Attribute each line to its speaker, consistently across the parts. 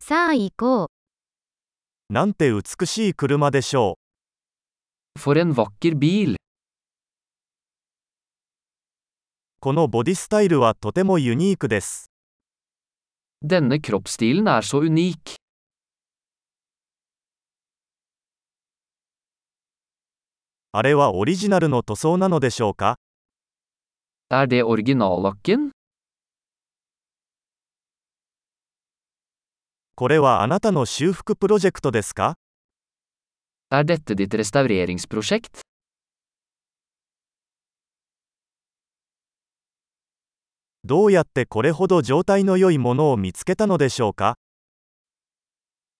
Speaker 1: さあ行こう。
Speaker 2: なんて美しい車でしょう。
Speaker 3: For en vacker bil!
Speaker 2: このボディスタイルはとてもユニークです。
Speaker 3: Denne kroppsstilen er så unik.
Speaker 2: あれはオリジナルの塗装なのでしょうか
Speaker 3: Er det originallakken?
Speaker 2: これはあなたの修復プロジェクトですか
Speaker 3: Er dette ditt restaureringsprosjekt?
Speaker 2: どうやってこれほど状態の良いものを見つけたのでしょうか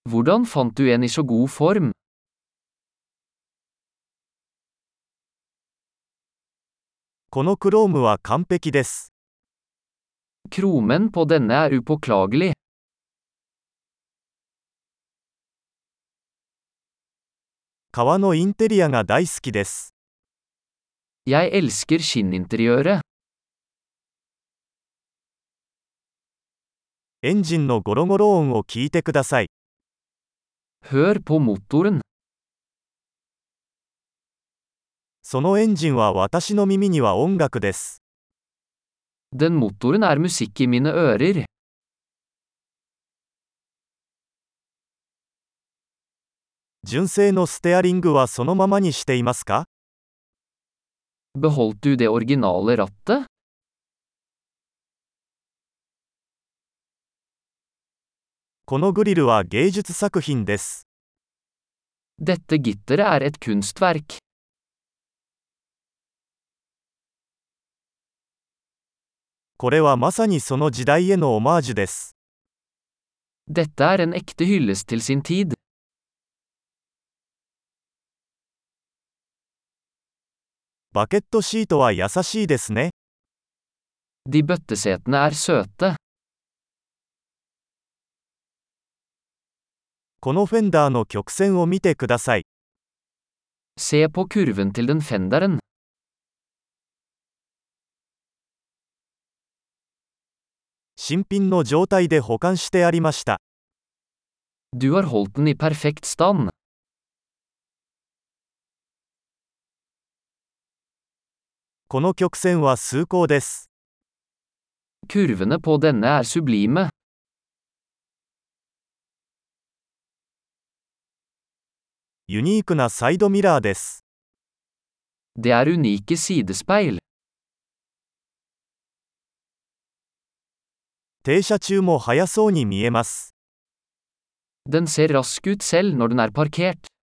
Speaker 3: Hvordan fant du en i så god form?
Speaker 2: このクロームは完璧です。
Speaker 3: Kromen på denne er upåklagelig.
Speaker 2: 革のインテリアが大好きです。
Speaker 3: Jeg elsker skinninteriøret.
Speaker 2: エンジンのゴロゴロ音を聞いてください。
Speaker 3: Hør på motoren.
Speaker 2: そのエンジンは私の耳には音楽です。
Speaker 3: Den motoren er musikk i mine ører.
Speaker 2: 純正のステアリングはそのままにしていますか
Speaker 3: Beholdt du det originale rattet?
Speaker 2: このグリルは芸術作品です。
Speaker 3: Dette gitteret er et kunstverk.
Speaker 2: これはまさにその時代へのオマージュです。
Speaker 3: Dette er en ekte hyllest til sin tid.
Speaker 2: バケットシートは優しいですね。
Speaker 3: De bøttesetene er søte.
Speaker 2: このフェンダーの曲線を見てください。
Speaker 3: Se på kurven til den fenderen.
Speaker 2: 新品の状態で保管してありました。
Speaker 3: Du har holdt den i perfekt stand.
Speaker 2: この曲線は崇高です。
Speaker 3: Kurvene på denne er sublime.
Speaker 2: ユニークなサイドミラーです。
Speaker 3: Det er unike sidespeil.
Speaker 2: 停車中も速そうに見えます。
Speaker 3: Den ser rask ut selv når den er parkert.